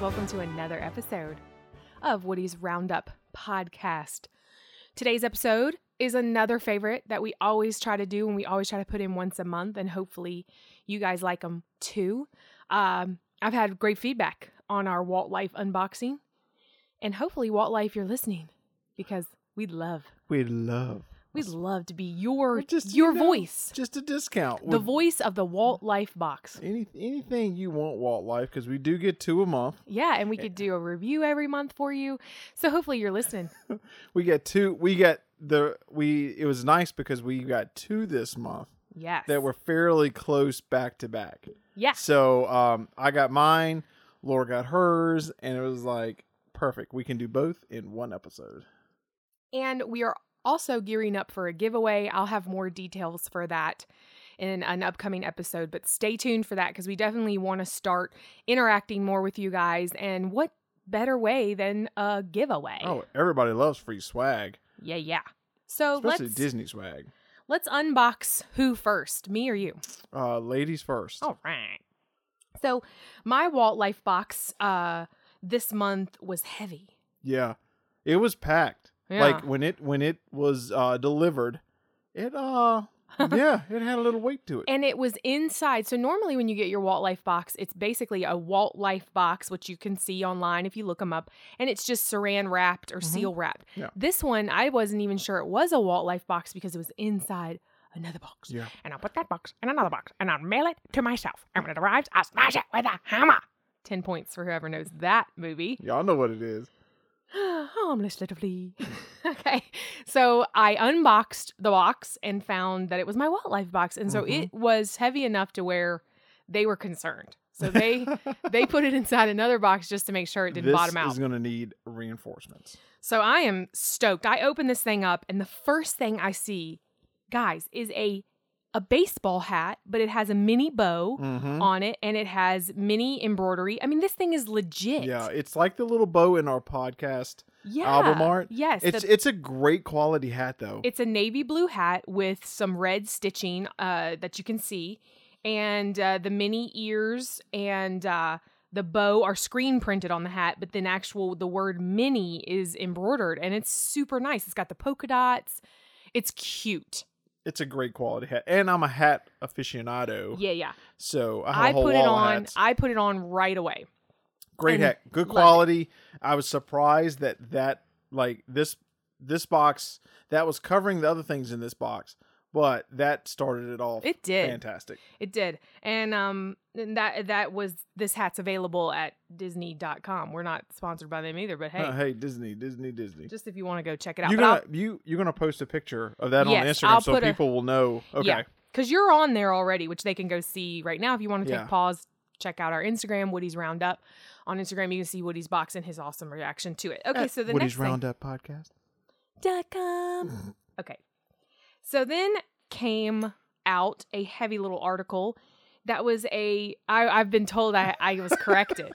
welcome to another episode of Woody's Roundup podcast. Today's episode is another favorite that we always try to do and we always try to put in once a month, and hopefully you guys like them too. Um, I've had great feedback on our Walt Life unboxing, and hopefully, Walt Life, you're listening because we'd love, We love we'd love to be your just your you know, voice, Just a discount. the with voice of the Walt Life box. Any, anything you want, Walt Life, because we do get two a month. Yeah, and we could do a review every month for you. So hopefully you're listening. We get two. We got the we. It was nice because we got two this month Yes. that were fairly close back to back. yeah. So um, I got mine. Laura got hers, and it was like perfect. We can do both in one episode. And we are also gearing up for a giveaway. I'll have more details for that in an upcoming episode, but stay tuned for that because we definitely want to start interacting more with you guys. And what better way than a giveaway? Oh, everybody loves free swag, Yeah, yeah. So especially let's Disney swag. let's unbox who first, me or you. Uh, ladies first. All right. So my Walt Life box uh this month was heavy. Yeah. It was packed. Yeah. Like when it when it was uh delivered, it uh yeah, it had a little weight to it. And it was inside. So normally when you get your Walt Life box, it's basically a Walt Life box, which you can see online if you look them up, and it's just saran wrapped or Mhm. seal wrapped. Yeah. This one, I wasn't even sure it was a Walt Life box because it was inside another box. Yeah. And I'll put that box in another box and I'll mail it to myself. And when it arrives, I'll smash it with a hammer. 10 points for whoever knows that movie. Y'all know what it is. Harmless little flea. okay. So I unboxed the box and found that it was my wildlife box. And so Mhm. it was heavy enough to where they were concerned. So they they put it inside another box just to make sure it didn't this bottom out. is gonna need reinforcements. so I am stoked. I open this thing up and the first thing I see, guys, is a a baseball hat, but it has a mini bow Mm-hmm. on it and it has mini embroidery. I mean, this thing is legit. Yeah, it's like the little bow in our podcast. Yeah. album art. Yes. the It's it's a great quality hat though. It's a navy blue hat with some red stitching uh, that you can see, and uh, the mini ears and uh, the bow are screen printed on the hat. But then actual the word mini is embroidered, and it's super nice. It's got the polka dots. It's cute. It's a great quality hat. And I'm a hat aficionado. Yeah, yeah. So I have a I whole put it wall of on. hats. I put it on right away. great and hat good love it. quality i was surprised that that like this this box that was covering the other things in this box but that started it off It did. fantastic It did. And um and that that was this hat's available at disney.com. We're not sponsored by them either, but hey, Huh, Uh, hey disney disney disney just if you want to go check it out. you're But I'll- gonna you you're gonna post a picture of that Yes, on I'll instagram so put a- people will know okay Yeah. because you're on there already, which they can go see right now. If you want to take Yeah. pause, check out our Instagram, Woody's Roundup. On Instagram, you can see Woody's box and his awesome reaction to it. Okay, At so the next Woody's Roundup podcast. thing. Dot com. okay, so then came out a heavy little article that was a. I, I've been told I, I was corrected.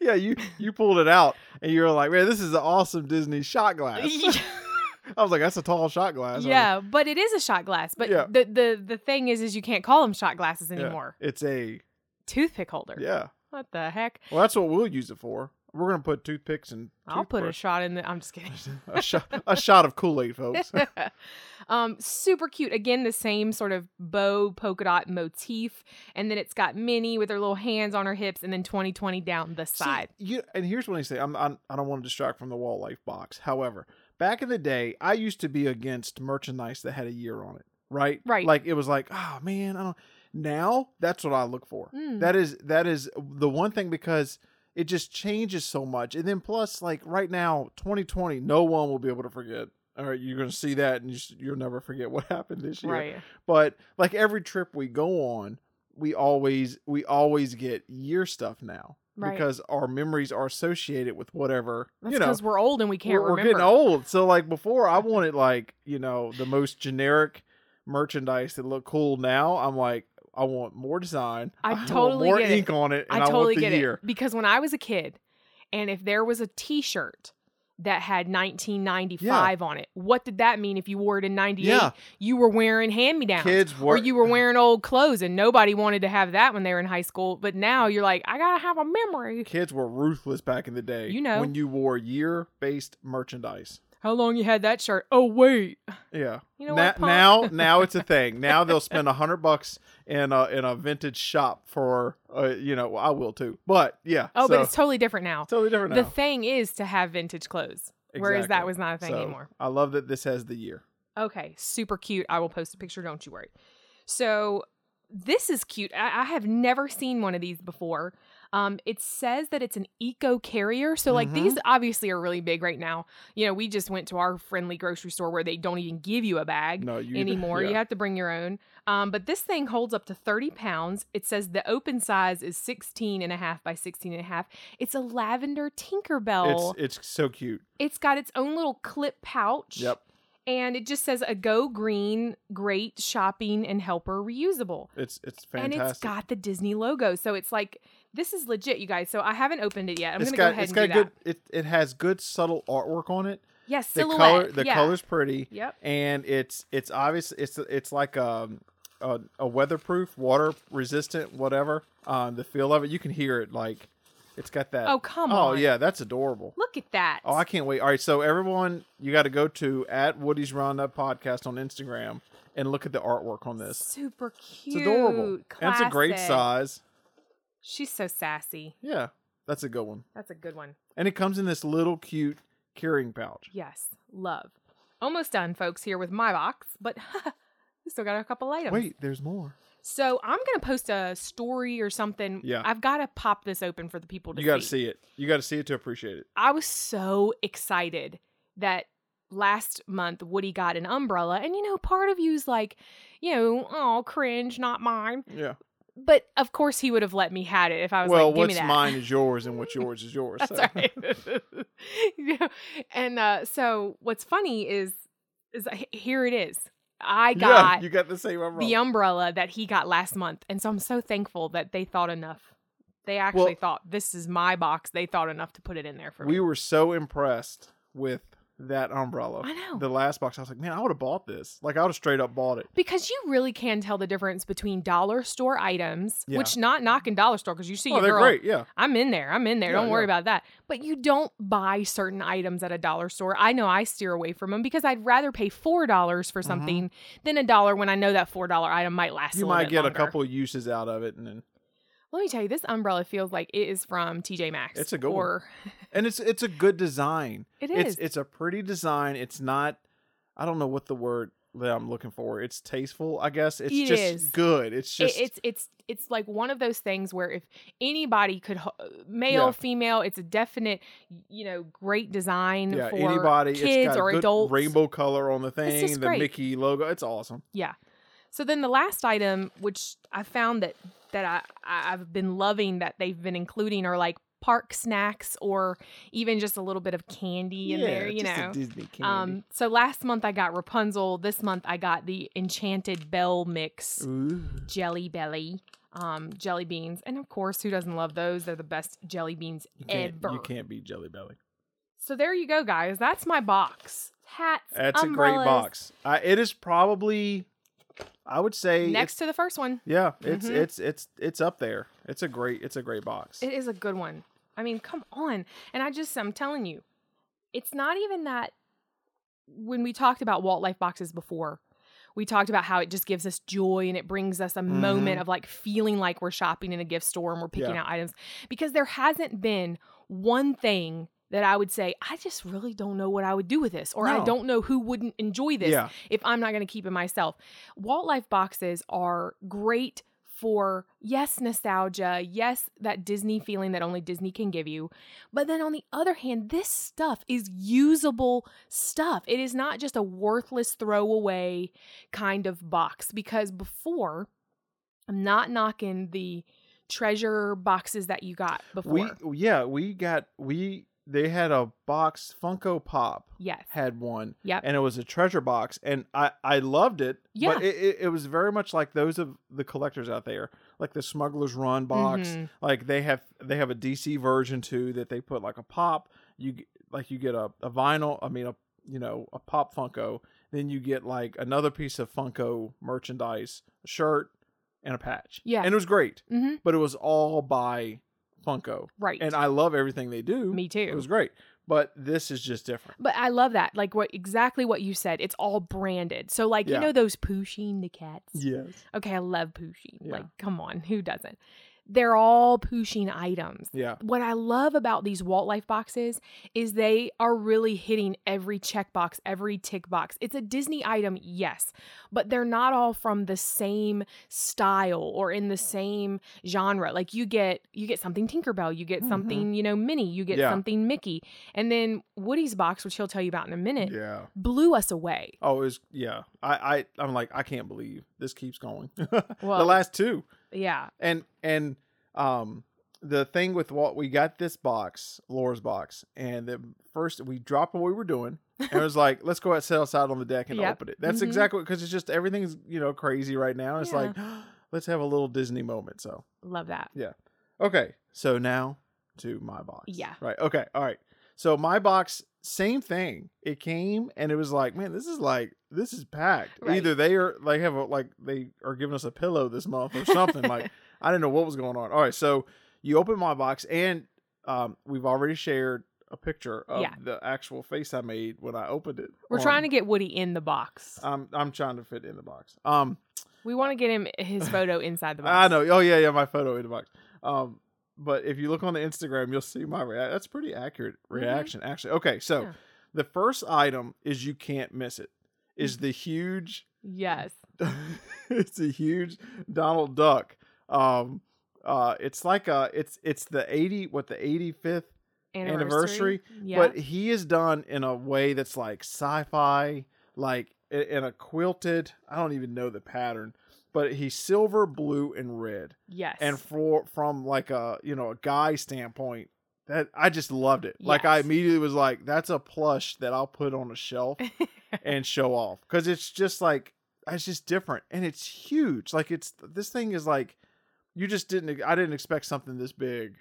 yeah, you you pulled it out and you were like, man, this is an awesome Disney shot glass. I was like, that's a tall shot glass. I was like, yeah, but it is a shot glass. But Yeah. the, the the thing is, is you can't call them shot glasses yeah, anymore. It's a Toothpick holder. yeah. What the heck? Well, that's what we'll use it for. We're gonna put toothpicks and I'll put a toothbrush- shot in the. I'm just kidding. a, shot a shot of Kool Aid, folks. um, super cute. Again, the same sort of bow polka dot motif, and then it's got Minnie with her little hands on her hips, and then 2020 down the See, side. you and here's what I say. I'm, I'm I don't want to distract from the wall life box. However, back in the day, I used to be against merchandise that had a year on it. Right. Right. Like it was like, oh man, I don't. Now that's what I look for. Mm. That is that is the one thing because it just changes so much. And then plus, like right now, 2020, no one will be able to forget. All right, you're gonna see that, and you, s- you'll never forget what happened this year. Right. but like every trip we go on we always we always get year stuff now Right. because our memories are associated with whatever That's you know because we're old and we can't we're, we're remember. getting old so like before i wanted like you know the most generic merchandise that look cool now i'm like i want more design I want totally more get it. ink on it and I i, totally want the get year it because when I was a kid, and if there was a T-shirt that had 1995 on it. What did that mean if you wore it in 98? Yeah. You were wearing hand me downs. Kids or were you were wearing old clothes and nobody wanted to have that when they were in high school. But now you're like, I gotta have a memory. kids were ruthless back in the day. You know. when you wore year based merchandise. How long you had that shirt? Oh wait. Yeah. You know Na- what? Punk? now now it's a thing. Now they'll spend a hundred bucks in a in a vintage shop for uh, you know I will too. But yeah. Oh, so- but it's totally different now. totally different The now. thing is to have vintage clothes. Whereas that Exactly. was not a thing So, anymore. I love that this has the year. Okay, super cute. I will post a picture, don't you worry. So this is cute. I, I have never seen one of these before. Um, it says that it's an eco carrier. So, like, Mhm. these obviously are really big right now. You know, we just went to our friendly grocery store where they don't even give you a bag No, you anymore. Yeah. You have to bring your own. Um, but this thing holds up to 30 pounds. It says the open size is 16 and a half by 16 and a half. It's a lavender Tinkerbell. It's it's so cute. it's got its own little clip pouch. Yep. And it just says a go green, great shopping and helper reusable. It's it's And it's fantastic. got the Disney logo. So it's like, this is legit, you guys. So I haven't opened it yet. I'm It's going to got- go ahead it's and do got good. that. It it has good subtle artwork on it. Yes, The silhouette. color the yeah. color's pretty. Yep. and it's it's obvious it's it's like um a, a weatherproof water resistant whatever um the feel of it you can hear it like it's got that Oh, come oh on. yeah that's adorable Look at that. oh i can't wait all right so everyone you got to go to at woody's roundup podcast on instagram and look at the artwork on this Super cute. it's adorable and it's a great classic. size She's so sassy. yeah that's a good one That's a good one. and it comes in this little cute carrying pouch Yes, love. Almost done, folks, here with my box, but we still got a couple items. wait there's more So I'm going to post a story or something. Yeah. I've got to pop this open for the people to you got to see it you got to see it to appreciate it I was so excited that last month Woody got an umbrella. And, you know, part of you's like, you know, oh, cringe, not mine. yeah But of course he would have let me had it if I was well, like, give what's me that. mine is yours, and what's yours is yours. so. That's right. You know, and uh, so what's funny is, is I- here it is. I yeah, got you got the same umbrella. the umbrella that he got last month. And so I'm so thankful that they thought enough. They actually Well- thought this is my box. They thought enough to put it in there for me. we were so impressed with that umbrella. I know. The last box, I was like, man, I would have bought this. Like, I would have straight up bought it. Because you really can tell the difference between dollar store items, Yeah. which not knocking dollar store because you see Oh, your they're girl. great. Yeah, I'm in there. I'm in there. Yeah, don't worry yeah. about that. But you don't buy certain items at a dollar store. I know I steer away from them because I'd rather pay four dollars for Mhm. something than a dollar when I know that four dollar item might last. a you little might bit get longer. a couple uses out of it, and then, Let me tell you, this umbrella feels like it is from TJ Maxx. It's a good one. or, and it's it's a good design. It It's is. it's a pretty design. It's not. I don't know what the word that I'm looking for. It's tasteful, I guess. It's It just is. good. It's It- just it's it's it's like one of those things where if anybody could ho- uh, male Yeah. female it's a definite you know great design yeah. for Anybody, kids it's got or good adults rainbow color on the thing, just the great. Mickey logo. It's awesome. so then the last item which i found that that i I- i've been loving that they've been including are like park snacks or even just a little bit of candy in there you just a know Disney candy. um so last month i got rapunzel this month i got the enchanted bell mix jelly belly um jelly beans and of course who doesn't love those they're the best jelly beans You can't, ever you can't beat Jelly Belly. so there you go guys that's my box hats That's a great umbrellas, box. I, it is probably, I would say, it's- next to the first one yeah, it's Mhm. it's it's it's up there. It's a great it's a great box. it is a good one i mean come on and i just i'm telling you it's not even that when we talked about walt life boxes before we talked about how it just gives us joy and it brings us a moment Mhm. of like feeling like we're shopping in a gift store and we're picking Yeah. out items because there hasn't been one thing that I would say, I just really don't know what I would do with this, or I No. don't know who wouldn't enjoy this yeah, if I'm not going to keep it myself. Walt life boxes are great for yes nostalgia, yes that Disney feeling that only Disney can give you. But then on the other hand, this stuff is usable stuff. It is not just a worthless throwaway kind of box because before I'm not knocking the treasure boxes that you got before. we yeah we got we they had a box Funko Pop yes. had one Yep. and it was a treasure box and i i loved it Yeah. but it, it, it was very much like those of the collectors out there like the smugglers run box Mhm. like they have they have a dc version too that they put like a pop you g- like you get a, a vinyl i mean a you know a pop funko then you get like another piece of funko merchandise a shirt and a patch Yeah. and it was great Mm-hmm. but it was all by funko Right. and i love everything they do Me too. it was great but this is just different But I love that. Like what exactly what you said. It's all branded. So like Yeah. you know those Pusheen the cats. yes Okay, I love Pusheen. Yeah. Like come on, who doesn't? They're all Pusheen items. yeah What I love about these Walt Life boxes is they are really hitting every checkbox, every tick box. It's a Disney item, yes, but they're not all from the same style or in the same genre. Like you get you get something Tinkerbell, you get Mhm. something, you know, Minnie, you get Yeah. something Mickey. And then Woody's box, which he'll tell you about in a minute, yeah blew us away. oh it was yeah i i i'm like i can't believe this keeps going the Well- last two Yeah. and and um the thing with what we got this box laura's box and the first we dropped what we were doing and it was like let's go out sit outside on the deck and Yep. open it that's Mhm. exactly because it's just everything's you know crazy right now it's Yeah. like let's have a little disney moment so Love that. okay so now to my box Yeah. right okay all right so my box same thing it came and it was like man this is like this is packed Right. either they are like have a, like they are giving us a pillow this month or something like I didn't know what was going on. All right, so you open my box, and um, we've already shared a picture of Yeah. the actual face I made when I opened it. We're trying to get Woody in the box. I'm I'm trying to fit in the box. Um, we want to get him his photo inside the box. I know. Oh yeah, yeah, my photo in the box. Um, but if you look on the Instagram, you'll see my reaction. That's pretty accurate reaction, actually. Okay, so Mm-hmm. Yeah. the first item is you can't miss it. Is Mm-hmm. the huge Yes. it's a huge Donald Duck. Um, uh, it's like a it's it's the eighty what the eighty fifth, Anniversary, Yeah. but he is done in a way that's like sci-fi, like i- in a quilted. I don't even know the pattern, but he's silver, blue, and red. yes. And for from like a you know a guy standpoint, that I just loved it. Like I Yes. immediately was like, that's a plush that I'll put on a shelf and show off because it's just like it's just different and it's huge like it's this thing is like you just didn't i didn't expect something this big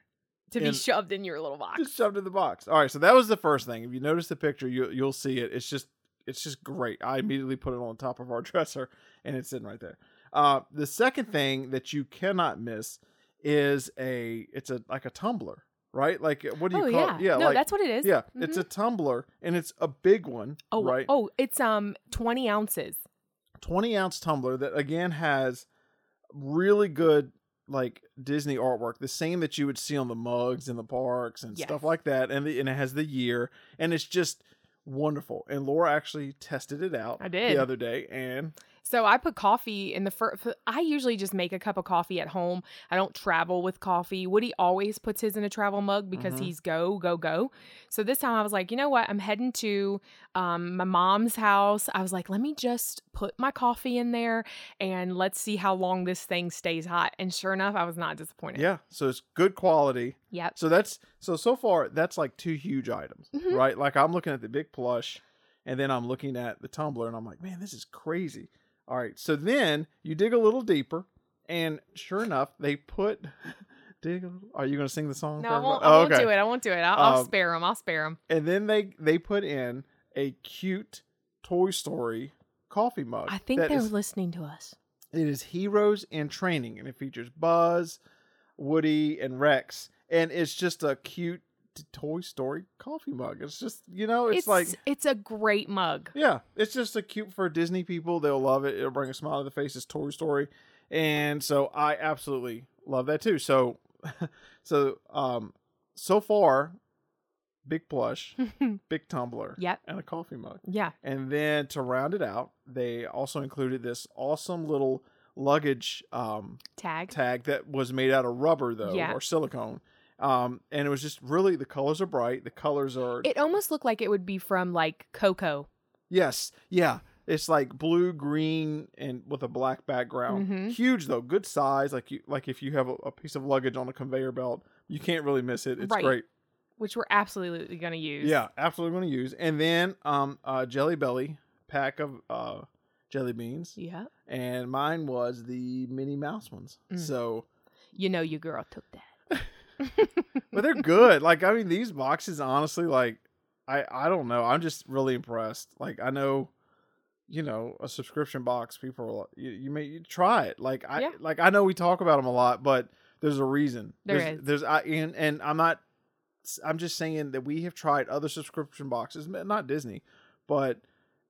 to be and- shoved in your little box. just shoved in the box all right so that was the first thing if you notice the picture you, you'll see it it's just it's just great i immediately put it on top of our dresser and it's sitting right there uh, the second thing that you cannot miss is a it's a like a tumbler right like what do you oh call yeah, it yeah no, like that's what it is. Mm-hmm. yeah it's a tumbler and it's a big one oh right oh, it's um twenty ounces. 20 ounce tumbler that again has really good like Disney artwork, the same that you would see on the mugs in the parks and Yes. stuff like that, and the, and it has the year, and it's just wonderful. And Laura actually tested it out I did. the other day, and So I put coffee in the first. I usually just make a cup of coffee at home. I don't travel with coffee. Woody always puts his in a travel mug because Mhm. he's go go go. So this time I was like, you know what? I'm heading to um, my mom's house. I was like, let me just put my coffee in there and let's see how long this thing stays hot. And sure enough, I was not disappointed. yeah, so it's good quality. Yep. So that's so so far that's like two huge items, Mhm. right? Like I'm looking at the big plush, and then I'm looking at the tumbler, and I'm like, man, this is crazy. All right, so then you dig a little deeper, and sure enough, they put dig. A little, are you gonna sing the song? No, for I won't. everybody? I Oh, won't do it. I won't do it. I'll, I'll Um, spare him. I'll spare him. And then they they put in a cute Toy Story coffee mug. I think that they're is- listening to us. It is Heroes in Training, and it features Buzz, Woody, and Rex. And it's just a cute t- Toy Story coffee mug. It's just, you know, it's, like, it's a great mug. yeah, it's just a cute for Disney people. They'll love it. It'll bring a smile to the face. It's Toy Story. And so I absolutely love that too. So, so, um, so far, big plush, big tumbler, Yep. and a coffee mug. Yeah. And then to round it out, they also included this awesome little luggage um, Tag. tag that was made out of rubber though Yeah. or silicone. Um, and it was just really the colors are bright. The colors are It almost looked like it would be from like Coco. yes, yeah. It's like blue, green, and with a black background. Mhm. Huge though, good size. Like you, like if you have a, a piece of luggage on a conveyor belt, you can't really miss it. It's Right. great. Which we're absolutely gonna use. Yeah, absolutely going to use. And then um, uh, Jelly Belly pack of uh, jelly beans. Yeah. and mine was the Minnie Mouse ones. Mm. So, You know your girl took that. but they're good. Like I mean, these boxes honestly, like I I don't know. I'm just really impressed. Like I know, you know, a subscription box. People are like, you, you may you try it. Like I Yeah. like I know we talk about them a lot, but there's a reason. There there's, is. There's I and, and I'm not. I'm just saying that we have tried other subscription boxes, m- not Disney, but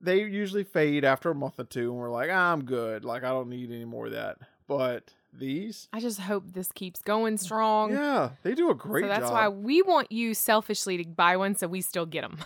they usually fade after a month or two, and we're like, ah, I'm good. Like I don't need any more of that. But these, I just hope this keeps going strong. yeah, they do a great so that's job. why we want you selfishly to buy one so we still get them.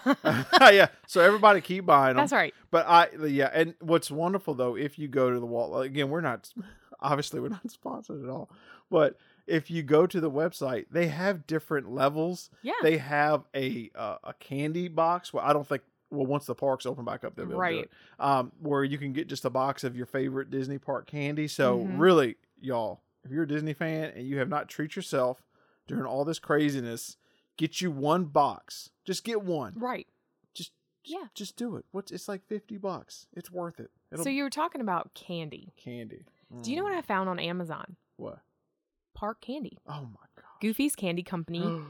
yeah, so everybody keep buying them. that's right. But I yeah, and what's wonderful though, if you go to the wall again, we're not obviously we're not sponsored at all, but if you go to the website, they have different levels. Yeah. They have a uh, a candy box where I don't think well once the parks open back up they'll be able to do Right. it. Um, where you can get just a box of your favorite Disney park candy. So Mhm. really, y'all, if you're a Disney fan and you have not treat yourself during all this craziness, get you one box. Just get one right. just Yeah. yeah just do it what's it's like 50 bucks it's worth it it'll So you were talking about candy. candy Do you know Mm. what I found on Amazon? what Park candy. oh my Goofy's Candy Company. god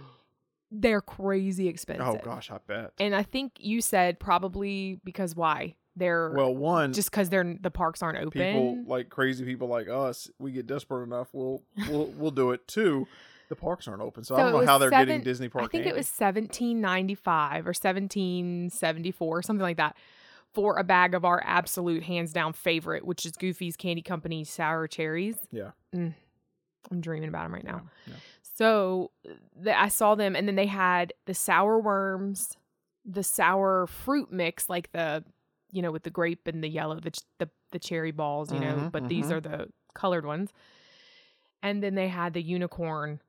They're crazy expensive. Mm. oh gosh i bet And I think you said probably because why? They're well one just because they're the parks aren't open. people like crazy people like us we get desperate enough we'll we'll we'll do it too the parks aren't open so, i So don't it know was how they're getting seven- disney park I think it candy. was 1795 or 1774, something like that, for a bag of our absolute hands down favorite, which is Goofy's Candy Company sour cherries. Yeah. Mm. I'm dreaming about them right now. Yeah, yeah. So the, I saw them, and then they had the sour worms, the sour fruit mix, like the, you know, with the grape and the yellow, the ch- the, the cherry balls, you know, Mhm, but these mhm. are the colored ones. And then they had the unicorn,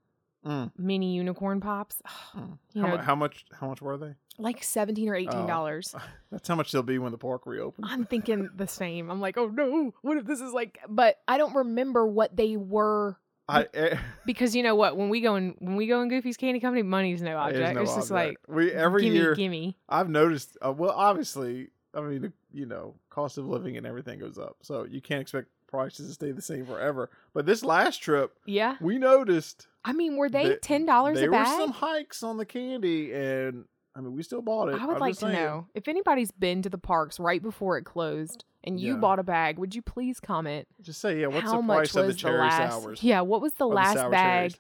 Mm. mini unicorn pops. Mm. You how, know, mu- Oh. how much how much were they like 17 or 18 dollars that's how much they'll be when the park reopens i'm thinking the same i'm like oh no what if this is like but i don't remember what they were i eh, because you know what when we go in when we go in goofy's candy company money's no it is object no it's just like object. we every gimme year gimme I've noticed. Uh, well, obviously, I mean, you know, cost of living and everything goes up, so you can't expect prices to stay the same forever. But this last trip, yeah we noticed i mean were they They- ten dollars a there were bag some hikes on the candy, and I mean, we still bought it. i would I'm like to just saying. know if anybody's been to the parks right before it closed and you Yeah. bought a bag would you please comment Just say, yeah, what's how the much price was of the cherry last sours? yeah what was the Or the last sour bag cherries?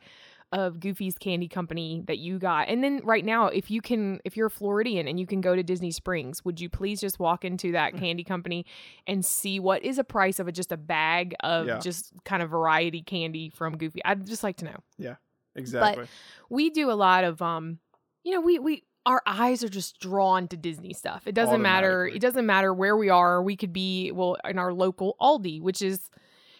of Goofy's Candy Company that you got. And then right now, if you can, if you're a Floridian and you can go to Disney Springs, would you please just walk into that candy company and see what is a price of a, just a bag of Yeah. just kind of variety candy from Goofy? I'd just like to know. Exactly. We do a lot of, um, you know, we we our eyes are just drawn to Disney stuff. It doesn't matter. Automatically. It doesn't matter where we are. We could be well in our local Aldi, which is,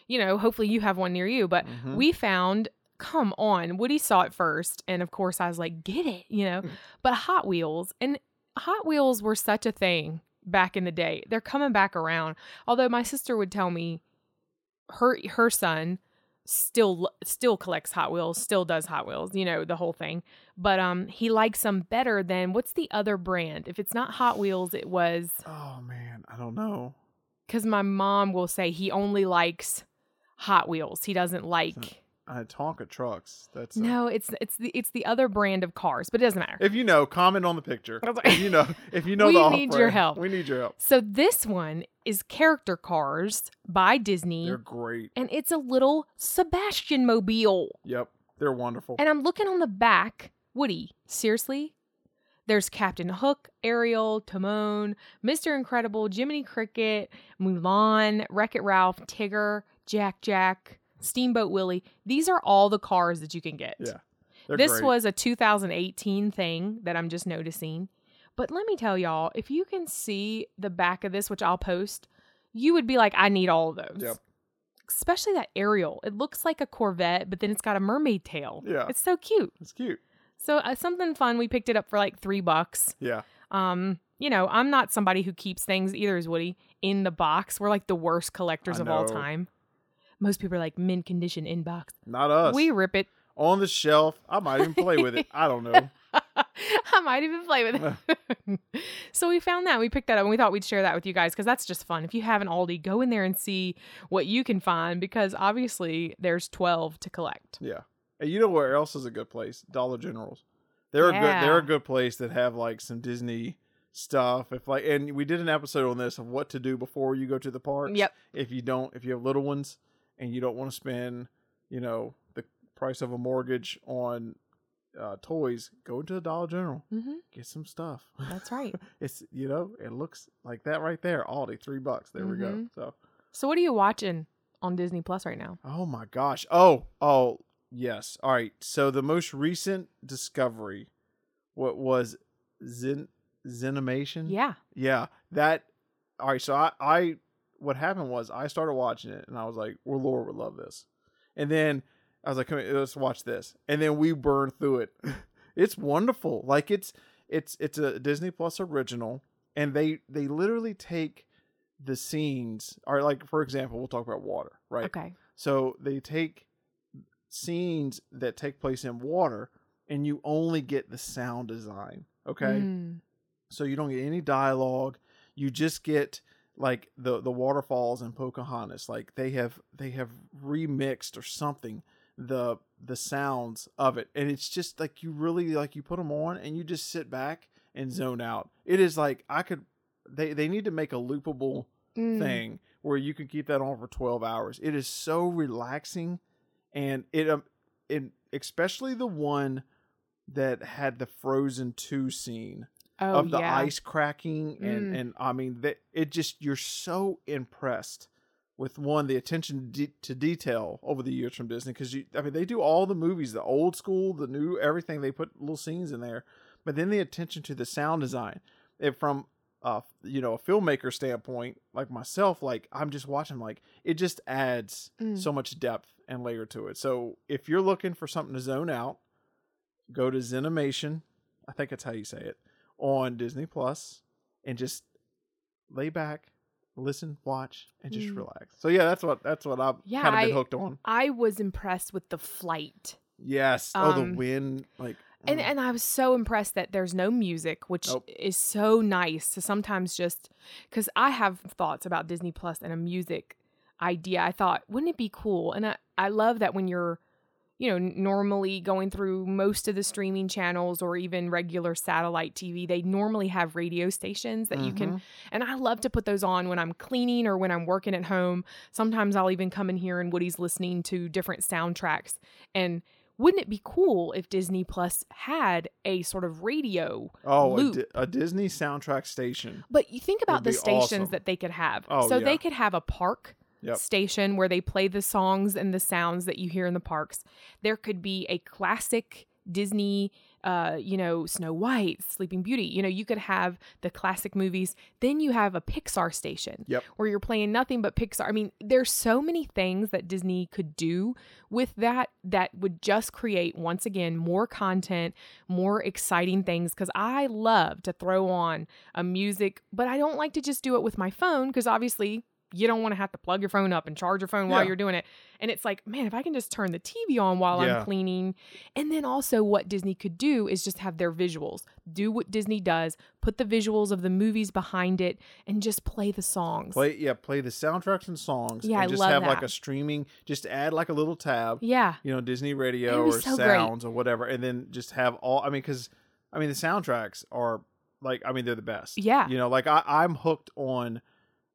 you know, hopefully you have one near you, but Mhm. we found come on woody saw it first and of course i was like get it you know Mm. but hot wheels and hot wheels were such a thing back in the day they're coming back around although my sister would tell me her her son still lo- still collects hot wheels still does hot wheels you know the whole thing but um he likes them better than what's the other brand if it's not hot wheels it was Oh man, I don't know. because my mom will say he only likes hot wheels he doesn't like I Tonka trucks. That's a- No, it's it's the it's the other brand of cars, but it doesn't matter. If you know, comment on the picture. I was like- if you know, if you know We the need your offer, help. We need your help. So this one is Character Cars by Disney, They're great. and it's a little Sebastian mobile. Yep, they're wonderful. And I'm looking on the back. Woody, seriously? There's Captain Hook, Ariel, Timon, Mr. Incredible, Jiminy Cricket, Mulan, Wreck It Ralph, Tigger, Jack Jack, Steamboat Willie. These are all the cars that you can get. Yeah. They're this great. was a 2018 thing that I'm just noticing. But let me tell y'all, if you can see the back of this, which I'll post, you would be like, I need all of those. Yep. Especially that aerial. It looks like a Corvette, but then it's got a mermaid tail. Yeah. It's so cute. It's cute. So uh, something fun. We picked it up for like three bucks. Yeah. Um, you know, I'm not somebody who keeps things either. Is Woody in the box? We're like the worst collectors I of all know. time. Most people are like mint condition in box. Not us. We rip it. on the shelf. I might even play with it. I don't know. I might even play with it. so we found that we picked that up and we thought we'd share that with you guys because that's just fun. If you have an Aldi, go in there and see what you can find because obviously there's 12 to collect. Yeah. And you know where else is a good place? Dollar Generals. They're a good they're Yeah. a good place that have like some Disney stuff. If like and we did an episode on this of what to do before you go to the park. Yep. If you don't if you have little ones and you don't want to spend, you know, the price of a mortgage on uh, toys, go to the Dollar General. Mm-hmm. Get some stuff. That's right. It's you know, it looks like that right there. Aldi, three bucks. There we go. Mhm. So so, what are you watching on Disney Plus right now? Oh my gosh. Oh, oh, yes. All right. So the most recent discovery what was Zen Zenimation? Yeah. Yeah. That all right, so I, I what happened was I started watching it and I was like, Well Laura would love this. And then I was like, Come here, let's watch this. And then we burned through it. it's wonderful. Like it's it's it's a Disney Plus original and they they literally take the scenes or like for example, we'll talk about water, right? Okay. So they take scenes that take place in water, and you only get the sound design. Okay, Mm. so you don't get any dialogue. You just get like the the waterfalls in Pocahontas. Like they have they have remixed or something the the sounds of it, and it's just like you really like you put them on and you just sit back and zone out. It is like I could. They they need to make a loopable Mm. thing where you can keep that on for 12 hours. It is so relaxing and it um it especially the one that had the Frozen 2 scene Oh, of the yeah. ice cracking and Mm. and I mean that it just you're so impressed with one the attention de- to detail over the years from Disney cuz you I mean they do all the movies the old school the new everything they put little scenes in there but then the attention to the sound design it from uh you know a filmmaker standpoint like myself like i'm just watching like it just adds Mm. so much depth and layer to it so if you're looking for something to zone out go to zenimation i think that's how you say it on disney plus and just lay back listen watch and just Mm. relax so yeah that's what that's what i've Yeah, kind of I- been hooked on I was impressed with the flight. yes oh Um, the wind like And mm. and I was so impressed that there's no music, which Nope. is so nice to sometimes just because I have thoughts about Disney Plus and a music idea. I thought, wouldn't it be cool? And I, I love that when you're, you know, n- normally going through most of the streaming channels or even regular satellite TV, they normally have radio stations that you can Mhm. and I love to put those on when I'm cleaning or when I'm working at home. Sometimes I'll even come in here and Woody's listening to different soundtracks. And wouldn't it be cool if Disney Plus had a sort of radio? oh a, loop. Di- a disney soundtrack station But you think about Would the be stations awesome. that they could have. Oh, so yeah. they could have a park Yep. station where they play the songs and the sounds that you hear in the parks. There could be a classic Disney, uh, you know, Snow White, Sleeping Beauty. You know, you could have the classic movies. Then you have a Pixar station Yep. where you're playing nothing but Pixar. I mean, there's so many things that Disney could do with that that would just create once again more content, more exciting things cuz I love to throw on a music, but I don't like to just do it with my phone cuz obviously you don't want to have to plug your phone up and charge your phone while Yeah. you're doing it. And it's like, man, if I can just turn the TV on while Yeah. I'm cleaning. And then also, what Disney could do is just have their visuals. Do what Disney does, put the visuals of the movies behind it, and just play the songs. Play yeah, play the soundtracks and songs. Yeah, and I just love have like that. a streaming. Just add like a little tab, Yeah. you know, Disney Radio It would be or so great. sounds or whatever, and then just have all. I mean, because I mean the soundtracks are like I mean they're the best. Yeah. you know, like I I'm hooked on.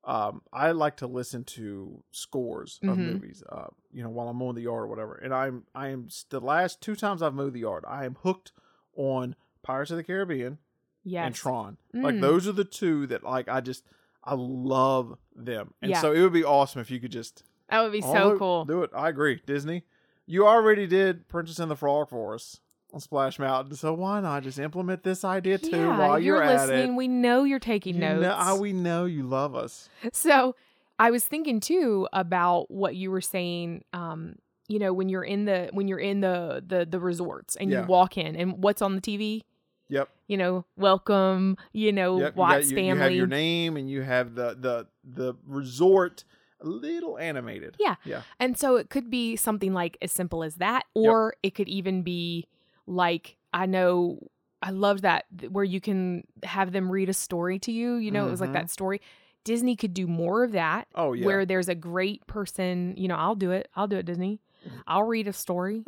Um, I like to listen to scores of Mhm. movies. Uh, you know, while I'm on the yard or whatever, and I'm I am s- the last two times I've mowed the yard, I am hooked on Pirates of the Caribbean Yes. and Tron. Like Mm. those are the two that like I just I love them. And Yeah. so it would be awesome if you could just That would be all so do- cool. Oh, Do it. I agree. Disney. You already did Princess and the Frog for us on Splash Mountain. So why not just implement this idea too yeah, while you're, you're, at listening. it? We know you're taking You notes. know, ah, we know you love us. so I was thinking too about what you were saying. Um, you know, when you're in the when you're in the the the resorts and Yeah. you walk in and what's on the TV? Yep. You know, welcome. You know, yep. You, got- Watts you- you family. have your name and you have the the the resort a little animated. Yeah. Yeah. And so it could be something like as simple as that, or it could even be like I know I loved that th- where you can have them read a story to you. You know, it was like Mhm. that story. Disney could do more of that, Oh yeah. where there's a great person. You know, I'll do it. I'll do it, Disney. I'll read a story.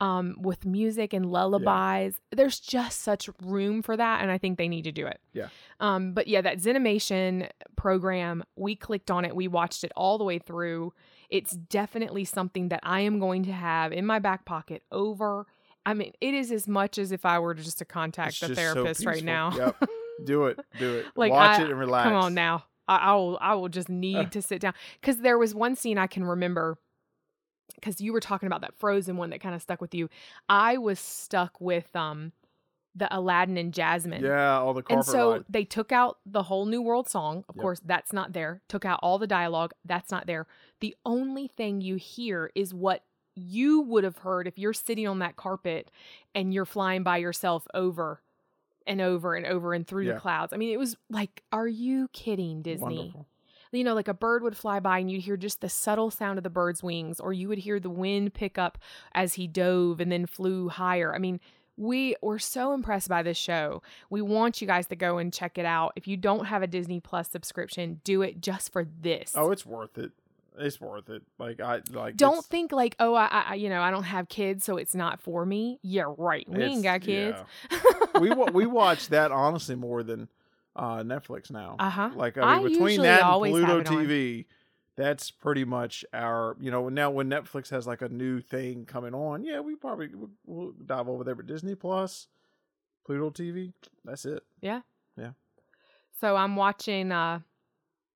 um, with music and lullabies. There's just such room for that, and I think they need to do it. Yeah. Um, but yeah, that Zenimation program, we clicked on it, we watched it all the way through. It's definitely something that I am going to have in my back pocket over. I mean, it is as much as if I were to just to contact It's a just so therapist right peaceful. now. Yep. Do it. Do it. Like, Watch I- it and relax. Come on now. I, I will I will just need to sit down. Cause there was one scene I can remember because you were talking about that frozen one that kind of stuck with you. I was stuck with um the Aladdin and Jasmine. Yeah, all the And carpet so ride. they took out the whole New World song. Of Yep. course, that's not there. Took out all the dialogue. That's not there. The only thing you hear is what you would have heard if you're sitting on that carpet and you're flying by yourself over and over and over and through Yeah. the clouds. I mean, it was like, are you kidding, Disney? Wonderful. you know, like a bird would fly by and you'd hear just the subtle sound of the bird's wings, or you would hear the wind pick up as he dove and then flew higher. I mean, we were so impressed by this show. We want you guys to go and check it out. If you don't have a Disney Plus subscription, do it just for this. Oh, it's worth it. It's worth it. Like I like. don't it's- think like, oh, I, I, I- you know, I don't have kids, so it's not for me. Yeah, right. We ain't it's- got kids. yeah. we wa- we watch that honestly more than uh, Netflix now. uh huh. Like I I mean, between usually that and always have Pluto it on. TV, that's pretty much our. You know, now when Netflix has like a new thing coming on, yeah, we probably we'll, we'll dive over there. But Disney Plus, Pluto TV, that's it. So I'm watching uh,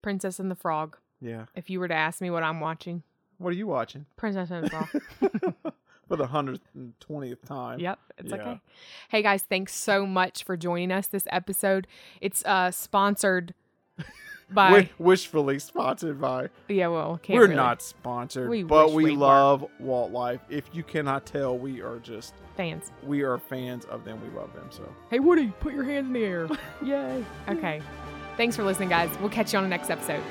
Princess and the Frog. Yeah. If you were to ask me what I'm watching, What are you watching? Princess and the Frog. For the hundredth and twentieth time. Yep, it's Yeah. okay. Hey guys, thanks so much for joining us this episode. It's uh sponsored by Wi- wishfully sponsored by. yeah, well, can't we're really. not sponsored, We but wish we we were. love Walt Life. If you cannot tell, we are just fans. we are fans of them. We love them. So Hey Woody, put your hands in the air. yay. okay. Thanks for listening, guys. We'll catch you on the next episode.